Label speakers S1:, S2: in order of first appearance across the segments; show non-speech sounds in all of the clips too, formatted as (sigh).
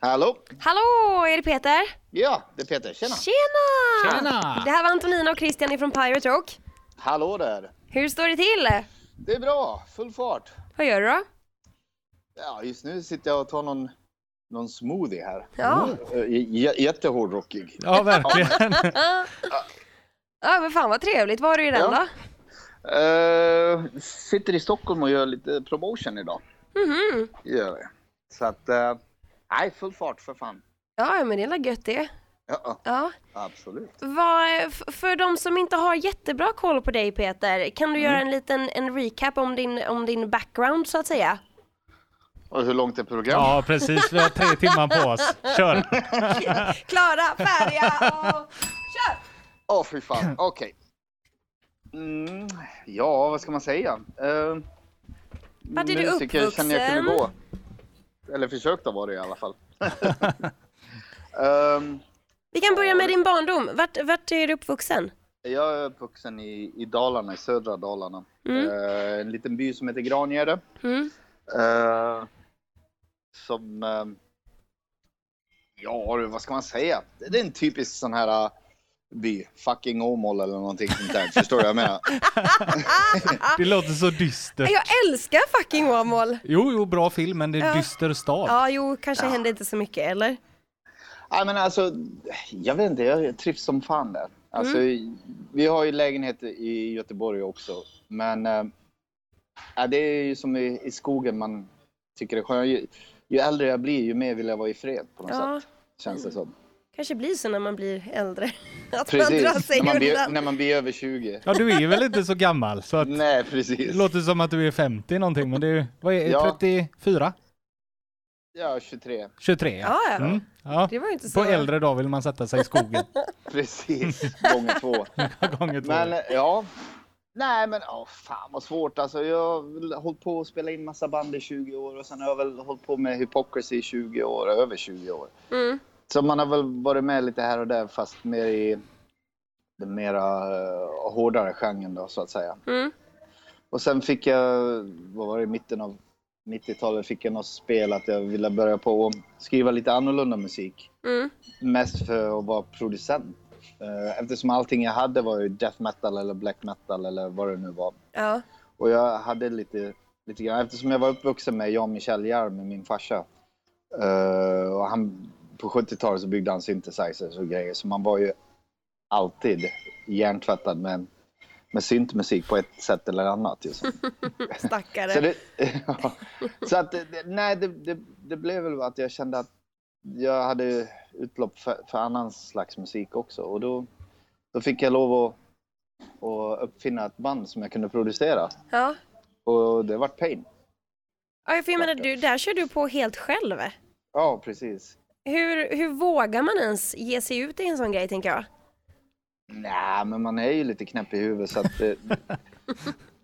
S1: Hallå?
S2: Hallå, är det Peter?
S1: Ja, det är Peter. Tjena!
S2: Tjena!
S3: Tjena!
S2: Det här var Antonina och Christian ifrån Pirate Rock.
S1: Hallå där!
S2: Hur står det till?
S1: Det är bra, full fart.
S2: Vad gör du
S1: (laughs)
S2: då?
S1: Ja, just nu sitter jag och tar någon, någon smoothie här.
S2: Ja.
S1: Eh, j- Jättehårdrockig.
S3: Ja, verkligen.
S2: Ja, men fan vad trevligt. Vad har du i den
S1: Ja.
S2: då?
S1: Eh, sitter i Stockholm och gör lite promotion idag.
S2: Mhm.
S1: Gör jag. Så att, eh, nej, full fart för fan.
S2: Ja, men det är väl gött det.
S1: Ja, ja,
S2: Ja.
S1: absolut.
S2: Vad, f- för de som inte har jättebra koll på dig Peter, kan
S1: Mm.
S2: du göra en liten en recap om din, om din background så att säga?
S1: Och hur långt är programmet?
S3: Ja, precis. Vi har tre timmar på oss. Kör!
S2: Klara,
S1: (laughs)
S2: färdiga och kör!
S1: Åh, fy fan. Okej. Mm, ja, vad ska man säga? Uh,
S2: Vart är du
S1: känner jag kunde gå.
S2: uppvuxen?
S1: Eller försökte vara det i alla fall. (laughs) Ehm,
S2: Vi kan börja med din barndom. Vart, vart är du uppvuxen?
S1: jag är uppvuxen i, i Dalarna, i södra Dalarna.
S2: Mm.
S1: Eh, en liten by som heter Grangärde. (laughs)
S2: Mm.
S1: Eh, som... eh, ja, du, vad ska man säga? Det, det är en typisk sån här eh, by. Fucking Åmål eller någonting sånt där. Förstår du vad jag menar?
S3: Det låter så dystert.
S2: Jag älskar fucking Åmål!
S3: Jo, jo, bra film, men det är en dyster stad.
S2: Ja, jo, kanske händer inte så mycket, eller?
S1: Nej men alltså, jag vet inte, jag trivs som fan där. Alltså, Vi har ju lägenhet i Göteborg också, men eh, ja, det är ju som i, i skogen man tycker det är skönt. Ju, ju äldre jag blir, ju mer vill jag vara i fred på något
S2: Ja,
S1: sätt. Känns det som.
S2: kanske blir så när man blir äldre. (laughs) Att man drar
S1: Precis,
S2: sig
S1: när man, blir,
S2: undan.
S1: när man blir över 20.
S3: Ja, du är väl inte så gammal, så att
S1: Nej,
S3: det
S1: precis.
S3: låter som att du är 50 någonting, men det är ju- vad är
S1: Ja.
S3: 34?
S1: Ja, 23.
S3: 23?
S2: Ja, ja.
S3: Mm, ja.
S2: Det var ju inte så...
S3: På äldre dag vill man sätta sig i skogen. (laughs)
S1: Precis, gånger två.
S3: Gånger två.
S1: Men eh, ja. Nej men åh, fan vad svårt alltså. Jag har väl hållit på att spela in massa band i 20 år och sen har jag väl hållit på med Hypocrisy i 20 år, över 20 år.
S2: Mm.
S1: Så man har väl varit med lite här och där fast mer i den mera eh, hårdare genren då så att säga.
S2: Mm.
S1: Och sen fick jag, vad var det, i mitten av 90-talet fick jag något spel att jag ville börja på att skriva lite annorlunda musik.
S2: Mm.
S1: Mest för att vara producent. Eh, Eftersom allting jag hade var ju death metal eller black metal eller vad det nu var.
S2: Ja.
S1: Och jag hade lite, lite grann, eftersom jag var uppvuxen med Jan Michel Jarm, min farsa. Eh, och han, på 70-talet så byggde han synthesizers och grejer. Så man var ju alltid hjärntvättad med, med syntmusik på ett sätt eller annat. Liksom.
S2: Stackare.
S1: Så, det, (laughs) ja. så att, det- nej, det, det, det blev väl att jag kände att jag hade utlopp för, för annan slags musik också. Och då, då fick jag lov att, att uppfinna ett band som jag kunde producera.
S2: Ja.
S1: Och det vart Pain.
S2: ja, för jag menar, du, där kör du på helt själv.
S1: Ja, precis.
S2: Hur, hur vågar man ens ge sig ut i en sån grej, tänker jag?
S1: Nej, men man är ju lite knäpp i huvudet så
S3: (laughs)
S1: att det,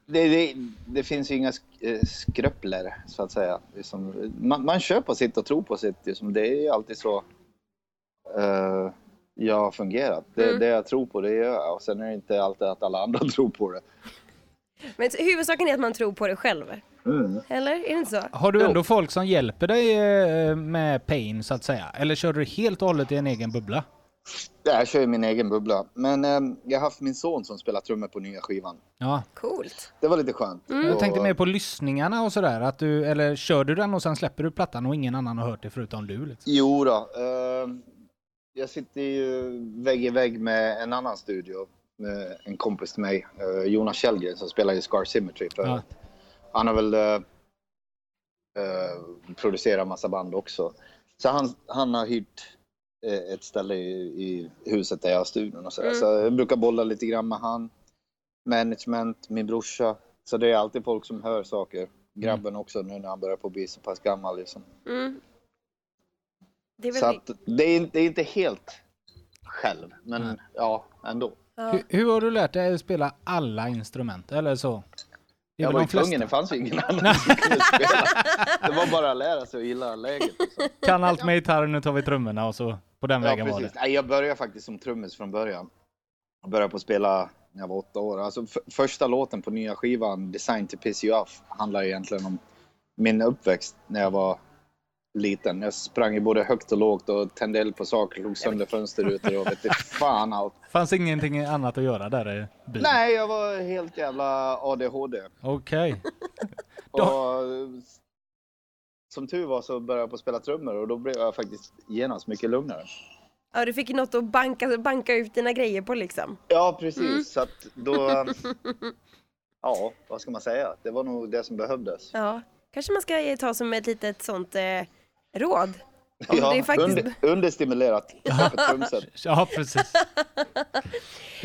S1: det, det, det finns ju inga sk- eh, skröpler så att säga. Liksom, man, man kör på sitt och tror på sitt. Liksom, det är ju alltid så eh, jag har fungerat. Det,
S2: Mm.
S1: det jag tror på, det gör jag. Och sen är det inte alltid att alla andra (laughs) tror på det.
S2: Men huvudsaken är att man tror på det själv.
S3: Mm.
S2: Eller? Är det inte så?
S3: Har du
S1: Jo.
S3: ändå folk som hjälper dig eh, med pain så att säga? Eller kör du helt och hållet i en egen bubbla?
S1: Jag kör ju min egen bubbla. Men eh, jag har haft min son som spelar trummor på nya skivan.
S3: Ja.
S2: Coolt.
S1: Det var lite skönt.
S3: Mm. Jag tänkte
S1: Och-
S3: mer på lyssningarna och sådär, att du, eller kör du den och sen släpper du plattan och ingen annan har hört det förutom du? Liksom.
S1: Jo då. Eh, jag sitter ju vägg i vägg med en annan studio. Med en kompis till mig, eh, Jonas Källgren, som spelar i Scar Symmetry. För
S3: Ja.
S1: Han har väl eh, eh, producerat massa band också. Så han, han har hyrt eh, ett ställe i, i huset där jag har studion och sådär.
S2: Mm.
S1: Så jag brukar bolla lite grann med han, management, min brorsa. Så det är alltid folk som hör saker. Grabben också nu när han börjar på att bli så pass gammal liksom.
S2: Mm. Det är väl...
S1: Så att det är, inte- det är inte helt själv, men ja, ändå.
S2: ja.
S3: Hur, hur har du lärt dig att spela alla instrument? Eller så? Det är
S1: Jag
S3: väl
S1: var
S3: de
S1: ju tvungen,
S3: flesta.
S1: det fanns ju
S3: (laughs)
S1: ingen annan som kunde spela. Det var bara att lära sig att gilla läget. liksom.
S3: Kan allt med gitarr, nu tar vi trummorna och så på den
S1: Ja,
S3: vägen var det.
S1: precis. Nej, jag började faktiskt som trummis från början. Jag började på att spela när jag var åtta år. Alltså, f- första låten på nya skivan, Design to Piss You Off, handlar egentligen om min uppväxt när jag var liten. Jag sprang ju både högt och lågt och tände eld på saker, slog sönder fönsterrutor och vet inte fan
S3: (laughs)
S1: allt.
S3: Fanns ingenting annat att göra där i byn?
S1: Nej, jag var helt jävla ADHD.
S3: Okej.
S1: Och eh, som tur var så började jag på att spela trummor och då blev jag faktiskt genast mycket lugnare.
S4: Ja, du fick ju något att banka, banka ut dina grejer på liksom.
S1: Ja, precis. Så att
S4: (laughs)
S1: då... Ja, vad ska man säga? Det var nog det som behövdes.
S4: Ja, kanske man ska eh, ta som ett litet sånt eh, råd. Om
S1: Ja,
S4: det är faktiskt...
S1: under, understimulerat.
S4: (laughs)
S1: För trumset.
S3: Ja, precis.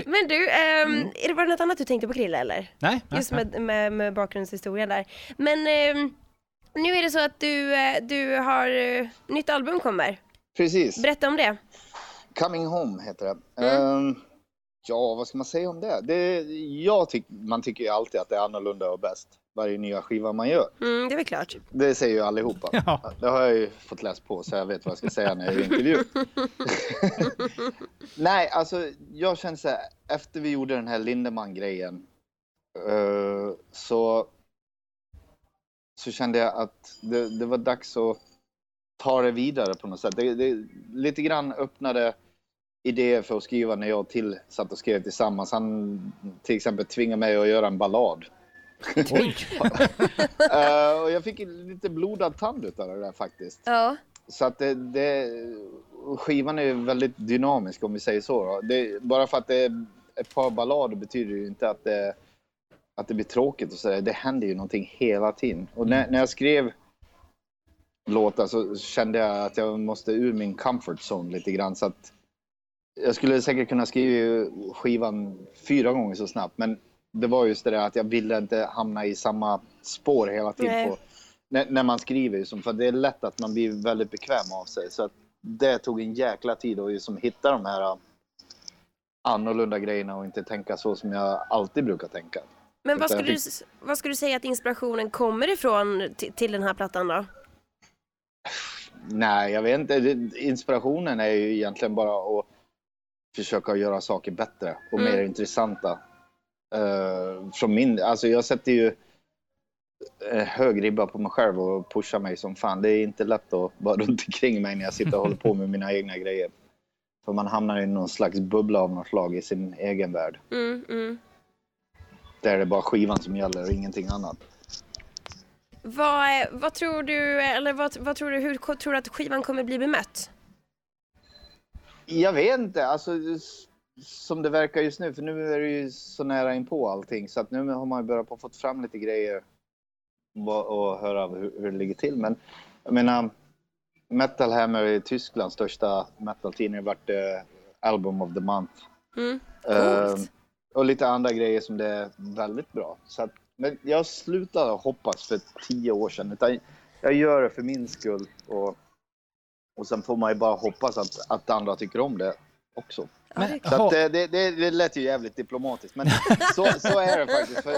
S4: Men du, ehm,
S1: Mm.
S4: är det var det något annat du tänkte på Krille eller?
S3: Nej, nej,
S4: Just
S3: nej.
S4: med, med, med bakgrundshistorien där. Men ehm, nu är det så att du, eh, du har, eh, nytt album kommer.
S1: Precis.
S4: Berätta om det.
S1: Coming Home heter det.
S4: Mm.
S1: Ehm, ja, vad ska man säga om det? det jag tyck, man tycker ju alltid att det är annorlunda och bäst. Varje nya skiva man gör.
S4: Mm, det är väl klart.
S1: Det säger ju allihopa.
S3: Ja.
S1: Det har jag ju fått läst på så jag vet vad jag ska säga när jag gör intervju. (laughs) Nej, alltså jag känner så här, efter vi gjorde den här Lindemann-grejen eh, så, så kände jag att det, det var dags att ta det vidare på något sätt. Det, det, lite grann öppnade idéer för att skriva när jag och till satt och skrev tillsammans. Han till exempel tvingade mig att göra en ballad.
S3: Oj.
S1: Eh, och jag fick lite blodad tand utav det där faktiskt.
S4: (laughs) Ja.
S1: Så att det, det, skivan är ju väldigt dynamisk om vi säger så. Då. Det, bara för att det är ett par ballader betyder ju inte att det, att det blir tråkigt och sådär. Det händer ju någonting hela tiden. Och när, när jag skrev låtar så kände jag att jag måste ur min comfort zone lite grann. Så att jag skulle säkert kunna skriva skivan fyra gånger så snabbt. Men det var just det där att jag ville inte hamna i samma spår hela tiden.
S4: Nej.
S1: På, när, när man skriver. Liksom, för det är lätt att man blir väldigt bekväm av sig. Så att det tog en jäkla tid att liksom hitta de här äh, annorlunda grejerna och inte tänka så som jag alltid brukar tänka.
S4: Men vad
S1: Utan
S4: skulle, du,
S1: jag
S4: s- vad skulle du säga att inspirationen kommer ifrån ti- till den här plattan då?
S1: Nej, jag vet inte. Det- Inspirationen är ju egentligen bara att försöka göra saker bättre och
S4: Mm.
S1: mer intressanta. Eh, från min, alltså jag sätter ju en hög ribba på mig själv och pushar mig som fan. Det är inte lätt att vara (laughs) runt omkring mig när jag sitter och håller på med mina egna grejer. För man hamnar i någon slags bubbla av något slag i sin egen värld.
S4: Mm, mm.
S1: Där det är bara skivan som gäller och ingenting annat.
S4: Vad, eh, vad tror du, eh, eller vad, vad tror du, hur ko- tror du att skivan kommer bli bemött?
S1: Jag vet inte. Alltså, s- som det verkar just nu, för nu är det ju så nära in på allting så att nu har man ju börjat på fått fram lite grejer va- och höra av hur, hur det ligger till. Men jag menar, Metal Hammer är Tysklands största metal-tidning. vart eh, Album of the Month.
S4: Mm.
S1: Eh,
S4: Coolt.
S1: och lite andra grejer som det är väldigt bra. Så att, men jag slutade hoppas för tio år sedan. Utan jag gör det för min skull. Och, och sen får man ju bara hoppas att, att andra tycker om det också.
S4: Ja, det-
S3: Men,
S1: Så
S3: ha,
S1: att, eh, det, det, det lät ju jävligt diplomatiskt, men så, så är det faktiskt. För,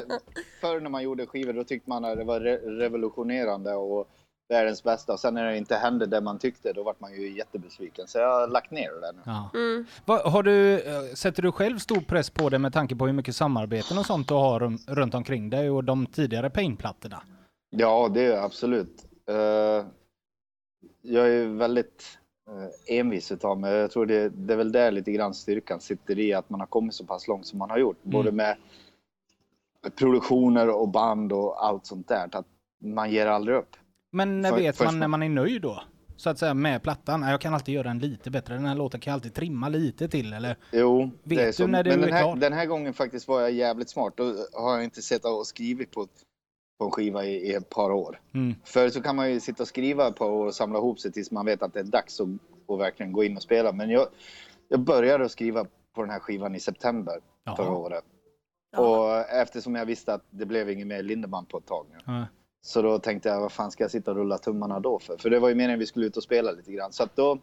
S1: förr när man gjorde skivor då tyckte man att det var re- revolutionerande och världens bästa. Och sen när det inte hände det man tyckte, då vart man ju jättebesviken. Så jag har lagt ner det där nu.
S3: ja.
S4: Mm.
S3: Vad- har du, eh, sätter du själv stor press på det med tanke på hur mycket samarbeten och sånt du har rum- runt omkring dig och de tidigare painplattorna?
S1: Ja, det är jag absolut. Eh, jag är ju väldigt eh, envis utav mig. Jag tror det, det är väl där lite grann styrkan sitter i, att man har kommit så pass långt som man har gjort. Både med produktioner och band och allt sånt där. Att man ger aldrig upp.
S3: Men när
S1: För-
S3: vet
S1: först
S3: man när
S1: man-
S3: man är nöjd då? Så att säga med plattan, "Nej, jag kan alltid göra den lite bättre, den här låten kan jag alltid trimma lite till eller?
S1: Jo,
S3: Vet
S1: det är
S3: du
S1: så.
S3: när du
S1: Men
S3: är
S1: den här,
S3: klar?
S1: den här gången faktiskt var jag jävligt smart. Då har jag inte sett och skrivit på, på en skiva i, i ett par år.
S3: Mm.
S1: Förr så kan man ju sitta och skriva ett par år och samla ihop sig tills man vet att det är dags att, att verkligen gå in och spela. Men jag, jag började att skriva på den här skivan i september
S3: Jaha.
S1: förra året.
S4: Ja.
S1: Och eftersom jag visste att det blev inget mer Lindemann på ett tag nu.
S3: Ja.
S1: Så då tänkte jag, vad fan ska jag sitta och rulla tummarna då för? För det var ju meningen att vi skulle ut och spela lite grann. Så att då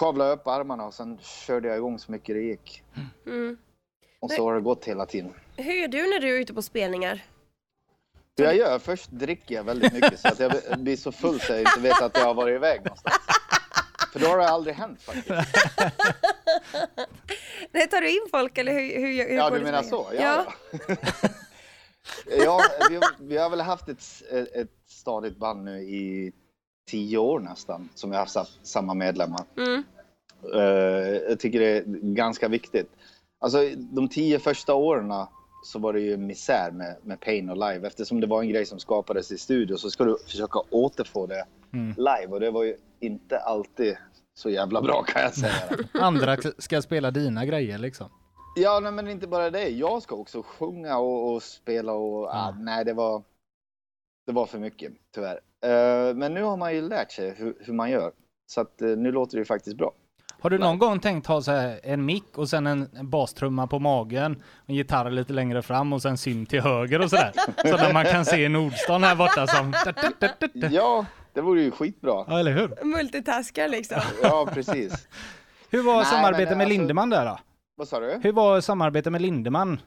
S1: kavlade jag upp armarna och sen körde jag igång så mycket det gick.
S4: Mm.
S1: Och så har det gått hela tiden.
S4: Hur gör du när du är ute på spelningar?
S1: Hur jag gör? Först dricker jag väldigt mycket så att jag
S4: (laughs)
S1: blir så full så jag inte vet att jag har varit iväg någonstans. För då har det aldrig hänt faktiskt.
S4: Nej, tar du in folk eller hur, hur, hur
S1: Ja,
S4: går
S1: du
S4: det
S1: menar
S4: till?
S1: så? Ja, (laughs) ja. ja vi, vi har väl haft ett, ett stadigt band nu i tio år nästan som jag har haft sa- samma medlemmar.
S4: Mm.
S1: Eh, jag tycker det är ganska viktigt. Alltså, de tio första åren så var det ju misär med, med Pain och live. Eftersom det var en grej som skapades i studio så ska du försöka återfå det
S3: Mm.
S1: live och det var ju inte alltid så jävla bra kan jag
S3: (laughs)
S1: säga.
S3: Andra k- ska spela dina grejer liksom.
S1: ja, nej, men inte bara det. Jag ska också sjunga och, och spela och ah,
S3: Ja.
S1: nej, det var. Det var för mycket tyvärr. Eh, men nu har man ju lärt sig hur, hur man gör så att eh, nu låter det ju faktiskt
S3: (laughs)
S1: bra.
S3: Har du någon gång tänkt ha så här en mick och sen en en bastrumma på magen, en gitarr lite längre fram och sen syn till höger
S1: (laughs)
S3: och sådär? Så där man kan se Nordstan här borta som...
S1: Ja, det vore ju skitbra.
S3: Ja, eller hur?
S2: Multitaskar liksom.
S1: Ja, precis.
S3: Hur var
S1: Nej,
S3: samarbetet
S1: men
S3: med
S1: alltså-
S3: Lindeman där då?
S1: Vad sa du?
S3: Hur var samarbetet med Lindeman?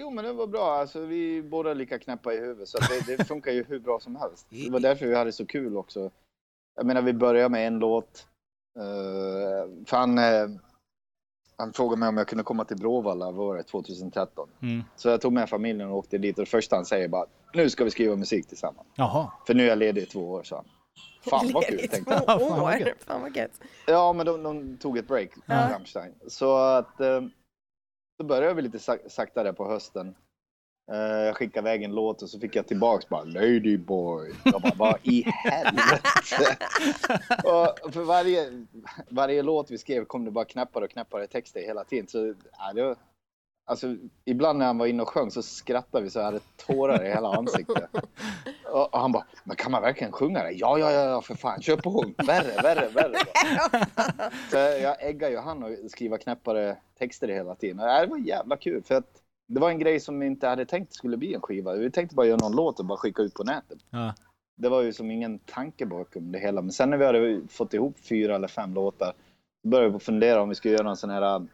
S1: Jo, men det var bra. Alltså, vi är båda lika knäppa i huvudet, så att det, det funkar ju hur bra som helst. Det var därför vi hade så kul också. Jag menar, vi började med en låt. Uh, för han, eh, han frågade mig om jag kunde komma till Bråvalla, vad var det, 2013?
S3: Mm.
S1: Så jag tog med familjen och åkte dit och det första han säger bara, nu ska vi skriva musik tillsammans.
S3: Jaha.
S1: För nu är jag ledig i två år, sa han. (laughs) Fan vad kul,
S2: Ledigt
S1: tänkte
S2: två
S1: jag.
S3: Fan,
S2: år.
S3: vad gött.
S2: Fan vad gött.
S1: Ja, men de, de tog ett break,
S3: Ja.
S1: Rammstein. Så att eh, då började vi lite sak- sakta där på hösten. Eh, jag skickade iväg en låt och så fick jag tillbaks bara Ladyboy. Jag bara, vad i helvete? och för varje, varje låt vi skrev kom det bara knappar och knappar i texter hela tiden. Så, ja, det var, alltså, ibland när han var inne och sjöng så skrattade vi så jag hade tårar i hela ansiktet. Och, och han bara, men kan man verkligen sjunga det? Ja, ja, ja, ja, för fan, kör på! Värre, värre, värre. Så jag äggar ju han och skriva knäppare texter hela tiden. Och Det var jävla kul för att det var en grej som vi inte hade tänkt skulle bli en skiva. Vi tänkte bara göra någon låt och bara skicka ut på nätet.
S3: Ja.
S1: Det var ju som ingen tanke bakom det hela. Men sen när vi hade fått ihop fyra eller fem låtar då började vi fundera om vi skulle göra någon sån här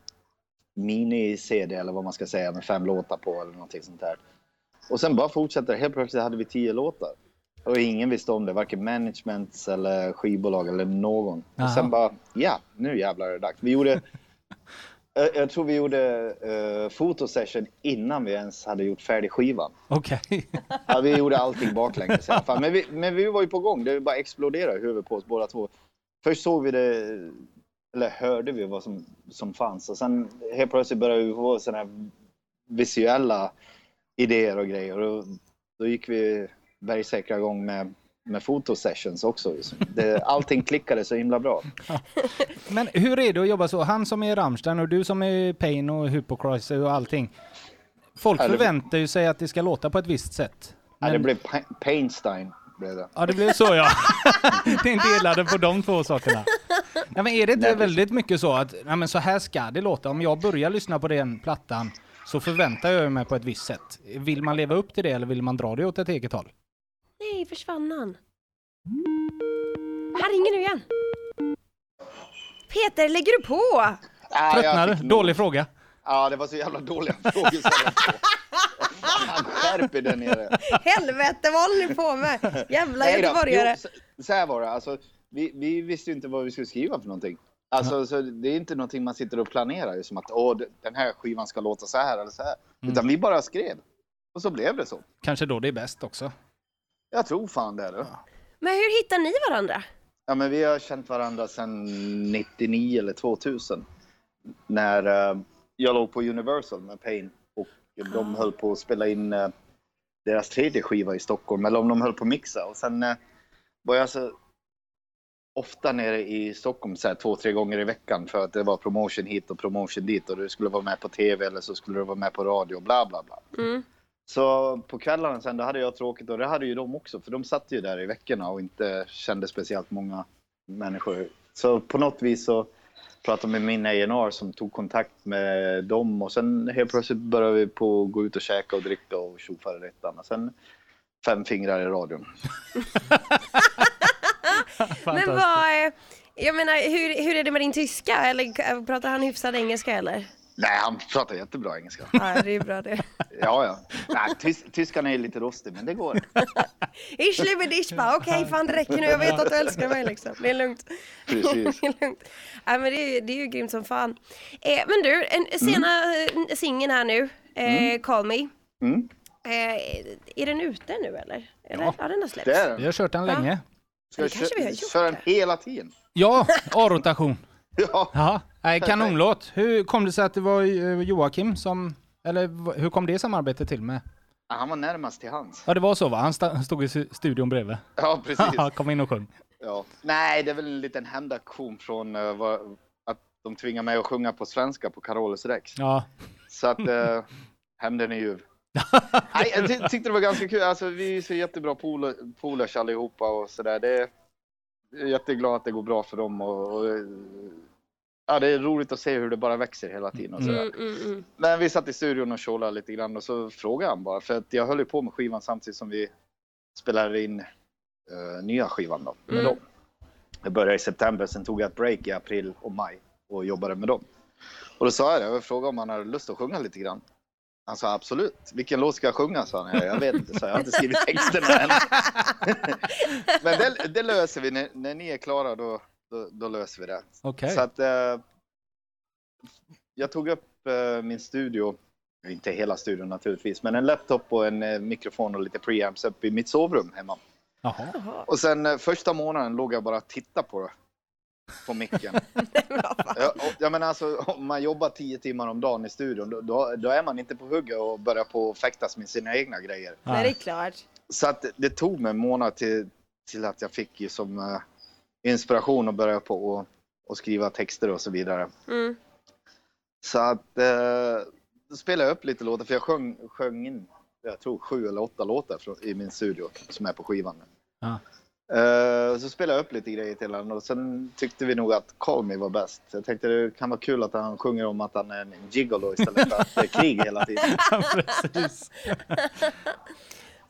S1: mini-CD eller vad man ska säga med fem låtar på eller någonting sånt där. Och sen bara fortsatte det. Helt plötsligt hade vi tio låtar. Och ingen visste om det, varken management eller skivbolag eller någon.
S3: Jaha.
S1: Och sen bara, ja, nu jävlar är det dags. Vi gjorde, (laughs) jag, jag tror vi gjorde uh, fotosession innan vi ens hade gjort färdig skivan.
S3: Okej.
S1: Ja, vi gjorde allting baklänges i alla fall. Men vi, men vi var ju på gång. Det bara exploderade i huvudet på oss båda två. Först såg vi det, eller hörde vi vad som, som fanns. Och sen helt plötsligt började vi få sådana här visuella idéer och grejer. Och då gick vi bergsäkra igång med, med fotosessions också. liksom. Det, allting klickade så himla bra.
S3: Men hur är det att jobba så? Han som är Rammstein och du som är Pain och Hypocrisy och allting. Folk
S1: Ja, det-
S3: förväntar ju sig att det ska låta på ett visst sätt.
S1: Ja, det
S3: Men-
S1: blev Pa- Painstein. Blev det.
S3: Ja, det blev så ja. (laughs) det är delade på de två sakerna. Nej, men är det inte
S1: Nej, precis.
S3: väldigt mycket så att nej, men så här ska det låta? Om jag börjar lyssna på den plattan så förväntar jag mig på ett visst sätt. Vill man leva upp till det eller vill man dra det åt ett eget håll?
S4: Nej, försvann han? Han ringer nu igen.
S2: Peter, lägger
S1: (laughs)
S2: du på?
S1: Ah, jag
S3: Tröttnar du?
S1: fick nog.
S3: Dålig fråga.
S1: Ja, det var så jävla dåliga frågor. som jag fick.
S3: (laughs)
S1: Fan, skärp er där nere.
S2: Helvete, vad håller ni på med? Jävla
S1: Nej då, jo,
S2: göteborgare.
S1: så- Så här var det, alltså, vi, vi visste ju inte vad vi skulle skriva för någonting. Alltså, så det är inte någonting man sitter och planerar, ju, som att Åh, d- den här skivan ska låta så här eller så här. Utan vi bara skrev. Och så blev det så.
S3: Kanske då det är bäst också.
S1: Jag tror fan det. Du.
S4: Men hur hittar ni varandra?
S1: Ja, men vi har känt varandra sedan 99 eller 2000. När eh, jag låg på Universal med Pain och de höll på att spela in eh, deras tredje skiva i Stockholm, eller om de höll på att mixa. Och sen eh, var jag så ofta nere i Stockholm så här, två, tre gånger i veckan för att det var promotion hit och promotion dit och du skulle vara med på tv eller så skulle du vara med på radio och bla bla bla.
S4: Mm.
S1: Så på kvällarna sen, då hade jag tråkigt och det hade ju de också för de satt ju där i veckorna och inte kände speciellt många människor. Så på något vis så pratade jag med min A&R som tog kontakt med dem och sen helt plötsligt började vi på att gå ut och käka och dricka och tjofaderittan och sen fem fingrar i radion.
S2: Men vad, eh, jag menar, hur, hur är det med din tyska? Eller eh, pratar han hyfsad engelska eller?
S1: Nej, han pratar jättebra engelska.
S2: Ja, det är bra det.
S1: Ja, ja. Nej, tys- tyskan är lite rostig, men det går.
S2: Ich liebe dich bara, okej fan det räcker nu, jag vet att du älskar mig liksom. Det är lugnt.
S1: Precis.
S2: (laughs) det är lugnt. Ja, men det, är, ju- det är ju grymt som fan. Eh, men du, en, sena eh, singeln här nu, eh, Call Me.
S1: Mm.
S2: Eh, är den ute nu eller? eller? Ja. den har släppts.
S1: Det är
S3: Vi
S1: den.
S3: har kört den länge.
S1: Ska
S2: Det
S1: jag
S2: kanske vi
S1: kö-
S2: har gjort
S1: köra den
S2: det.
S1: hela tiden? (laughs)
S3: Ja, A-rotation.
S1: Ja.
S3: Ja, nej, kanonlåt. Hur kom det sig att det var eh, Joakim som, eller v- hur kom det samarbetet till med?
S1: Han var närmast till hands.
S3: Ja, det var så va? Han sta- stod i su- studion bredvid.
S1: Ja,
S3: (laughs)
S1: precis.
S3: kom in och sjung.
S1: Ja. Nej, det är väl en liten hämndaktion från eh, vad- att de tvingar mig att sjunga på svenska på Carolus Rex.
S3: Ja,
S1: Så att eh, hämnden är ljuv. Nej, jag ty- tyckte det var ganska kul. Alltså, vi är ju så jättebra polo- polers allihopa och sådär. Det är jag är jätteglad att det går bra för dem och, och eh, ja, det är roligt att se hur det bara växer hela tiden och sådär.
S2: Mm, mm, mm.
S1: Men vi satt i studion och tjolade lite grann och så frågade han bara, för att jag höll ju på med skivan samtidigt som vi spelade in eh, nya skivan då, med
S2: Mm.
S1: dem. Jag började i september, sen tog jag ett break i april och maj och jobbade med dem. Och då sa jag det, jag frågade om han hade lust att sjunga lite grann. Han sa absolut, vilken låt ska jag sjunga? sa han. Jag vet inte, så jag har inte skrivit texterna än. (laughs) Men det, det löser vi, när, när ni är klara då, då, då löser vi det.
S3: okej.
S1: Så att eh, jag tog upp eh, min studio, inte hela studion naturligtvis, men en laptop och en eh, mikrofon och lite preamps upp i mitt sovrum hemma.
S3: Jaha.
S1: (laughs)
S2: Jaha.
S1: Och sen eh, första månaden låg jag bara och tittade på, på micken. jag, och, jag menar alltså, om man jobbar tio timmar om dagen i studion, då, då, då är man inte på hugget och börjar på och fäktas med sina egna grejer.
S2: Nej, det är klart.
S1: Så att det tog mig en månad till, till att jag fick ju som eh, inspiration att börja på och, och skriva texter och så vidare.
S2: Mm.
S1: Så att eh, då spelade jag upp lite låtar för jag sjöng, sjöng in, jag tror sju eller åtta låtar från, i min studio som är på skivan. nu.
S3: Ja.
S1: Eh, så spelade jag upp lite grejer till honom och sen tyckte vi nog att Call Me var bäst. Jag tänkte det kan vara kul att han sjunger om att han är en gigolo istället för att det är krig hela tiden.
S3: Precis.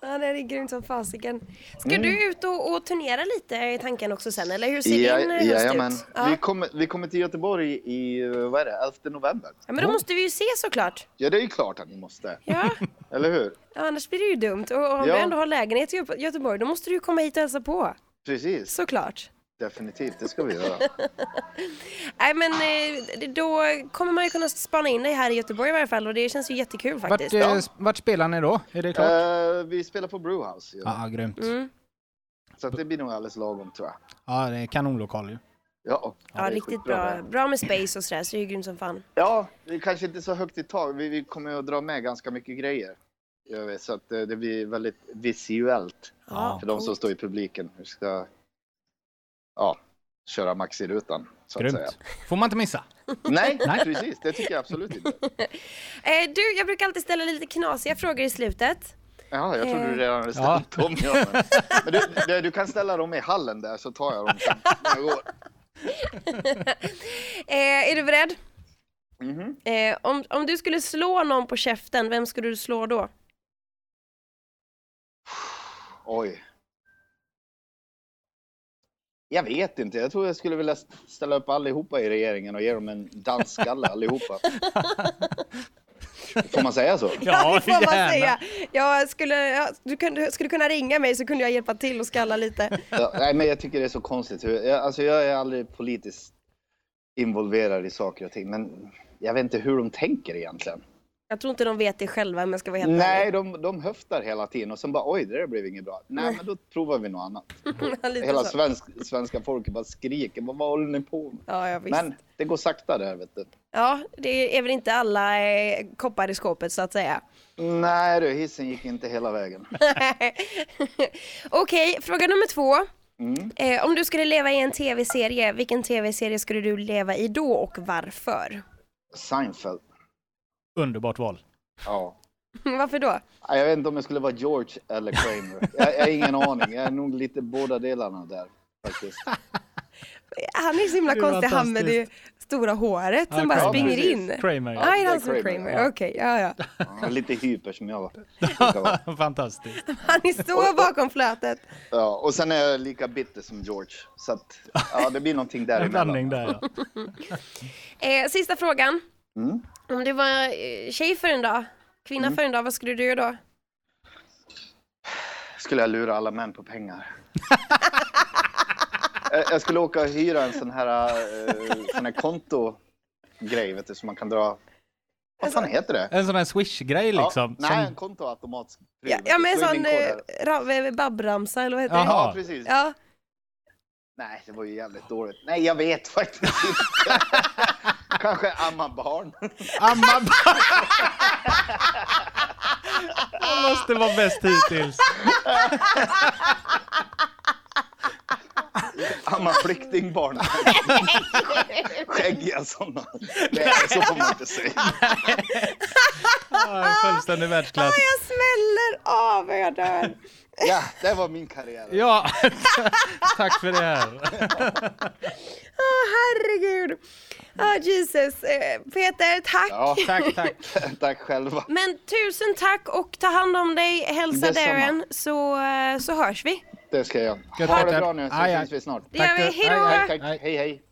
S2: Ja, nej, det är grymt som fasiken. Ska
S1: Mm.
S2: du ut och, och turnera lite i tanken också sen, eller hur ser din eh, höst
S1: jajamän.
S2: ut?
S1: Vi,
S2: Ja.
S1: kommer, vi kommer till Göteborg i, eh, vad är det, 11 november.
S2: ja, men då måste vi ju se såklart.
S1: Ja, det är ju klart att ni måste, (laughs)
S2: Ja,
S1: eller hur?
S2: ja annars blir det ju dumt. Och, och om
S1: Ja.
S2: du ändå har lägenhet i Göte- Göteborg, då måste du ju komma hit och hälsa på.
S1: Precis,
S2: Såklart.
S1: definitivt, det ska vi
S3: (laughs)
S1: göra.
S2: Nej, men eh, det- då kommer man ju kunna spana in dig här i Göteborg i varje fall och det känns ju jättekul
S3: Vart,
S2: faktiskt.
S3: eh,
S1: ja.
S3: s- vart spelar ni då? Är det klart?
S1: Eh, vi spelar på Brewhouse ju.
S3: Ja, grymt.
S2: Mm.
S1: Så att det blir nog alldeles lagom tror jag.
S3: Ja, det är kanonlokal ju.
S1: Ja, det
S2: Ja,
S1: är
S2: riktigt
S1: skitbra
S2: bra.
S1: det.
S2: Bra med space och sådär, så det är ju grymt som fan.
S1: Ja, det är kanske inte så högt i tak. Vi, vi kommer ju att dra med ganska mycket grejer. Jag vet, så att eh, det blir väldigt visuellt
S3: Ja.
S1: för de som står i publiken. Vi ska ja, köra max i rutan. Så att säga.
S3: Grymt. Får man
S2: (laughs)
S3: inte missa.
S1: Nej,
S3: (laughs) Nej.
S1: precis. Det tycker jag absolut inte.
S2: Eh, du, jag brukar alltid ställa lite knasiga frågor i slutet.
S1: Jaha, jag trodde du redan hade
S3: Eh. Ja.
S1: ställt dem. Ja, men men du, du, du kan ställa dem i hallen där så tar jag
S3: (laughs)
S1: dem sen. när jag går.
S2: Eh, är du beredd?
S1: Mhm.
S2: Eh, om, om du skulle slå någon på käften, vem skulle du slå då?
S1: Oj. Jag vet inte. Jag tror jag skulle vilja ställa upp allihopa i regeringen och ge dem en dansskalle allihopa. Får man säga så?
S2: (laughs) det får man säga. Jag skulle, ja, du kunde, skulle kunna ringa mig så kunde jag hjälpa till och skalla lite.
S1: Ja, nej, men jag tycker det är så konstigt. hur- Jag, alltså, jag är aldrig politiskt involverad i saker och ting, men jag vet inte hur de tänker egentligen.
S2: Jag tror inte de vet det själva om jag ska vara helt
S1: Nej, de, de höftar hela tiden och sen bara oj, det där blev inget bra. Nej, men då provar vi något annat.
S2: ärlig. (laughs) lite
S1: Hela
S2: så.
S1: svensk, svenska folket bara skriker, vad, vad håller ni på med?
S2: Ja, ja, visst.
S1: Men det går sakta där, vet du.
S2: ja, det är väl inte alla eh, koppar i skåpet så att säga. (laughs)
S1: Nej du, hissen gick inte hela vägen.
S2: Okej, fråga nummer två.
S1: Mm.
S2: Eh, om du skulle leva i en tv-serie, vilken tv-serie skulle du leva i då och varför? (laughs)
S1: Seinfeld.
S3: Underbart val.
S1: Ja.
S2: varför då?
S1: Nej, Jag vet inte om jag skulle vara George eller Kramer. Jag, jag har ingen aning. Jag är nog lite båda delarna där. Faktiskt.
S2: Han är så himla
S3: Det är
S2: konstig, han med det
S3: fantastiskt.
S2: stora håret som bara
S1: Kramer.
S2: springer
S1: precis.
S2: in.
S3: Kramer.
S2: Ja, är det han
S1: det är
S2: som
S1: Kramer,
S2: Kramer?
S1: ja.
S2: Okej, ja, ja.
S1: Ja, Lite hyper som jag brukar vara.
S3: (laughs) Fantastiskt.
S2: Han är
S1: (laughs)
S2: så bakom flötet.
S1: Ja, och sen är jag lika bitter som George. Så att, ja, det blir någonting
S3: En blandning
S1: däremellan.
S3: där ja.
S2: Eh, sista frågan.
S1: Mm.
S2: Om du var eh, tjej för en dag, kvinna för en dag, vad skulle du göra då?
S1: Skulle jag lura alla män på pengar? (laughs) Jag- Jag skulle åka och hyra en sån här, eh, sån här konto-grej, vet du, som man kan dra... Vad fan heter det?
S3: En sån här swish-grej liksom.
S1: Ja, nej, en
S3: som...
S1: kontoautomatspris.
S2: Ja, ja men en sån
S1: Swimmingkoder.
S2: eh, ra- eh, babbramsa eller vad heter
S3: Jaha.
S2: det?
S1: Ja, precis.
S2: Ja,
S1: Nej, det var ju jävligt dåligt. Nej, jag vet faktiskt inte. (laughs) Kanske amma
S3: (laughs)
S1: barn.
S3: Amma (laughs) barn. Han måste vara bäst hittills.
S1: Amma
S3: (laughs)
S1: flyktingbarn. Skäggiga sådana. Nej, så får man inte säga.
S3: Ja, Fullständig världsklass.
S2: Jag smäller av och jag
S1: (laughs)
S2: dör.
S1: Ja, det var min karriär.
S3: Ja, (laughs) tack för det här.
S2: Åh, herregud. Åh, Jesus. Eh, Peter, tack.
S1: Ja,
S3: Tack, tack.
S1: (laughs) tack själva.
S4: Men tusen tack och ta hand om dig. Hälsa
S1: Detsamma.
S4: Darren så, eh, så hörs vi.
S1: Det ska jag.
S3: Gött,
S1: Ha det
S3: Peter.
S1: bra nu så
S3: Aj, aj.
S1: syns vi snart.
S4: Det
S3: Tack
S4: gör vi.
S3: du.
S4: Hej då!
S1: Tack,
S3: Hej.
S1: hej hej.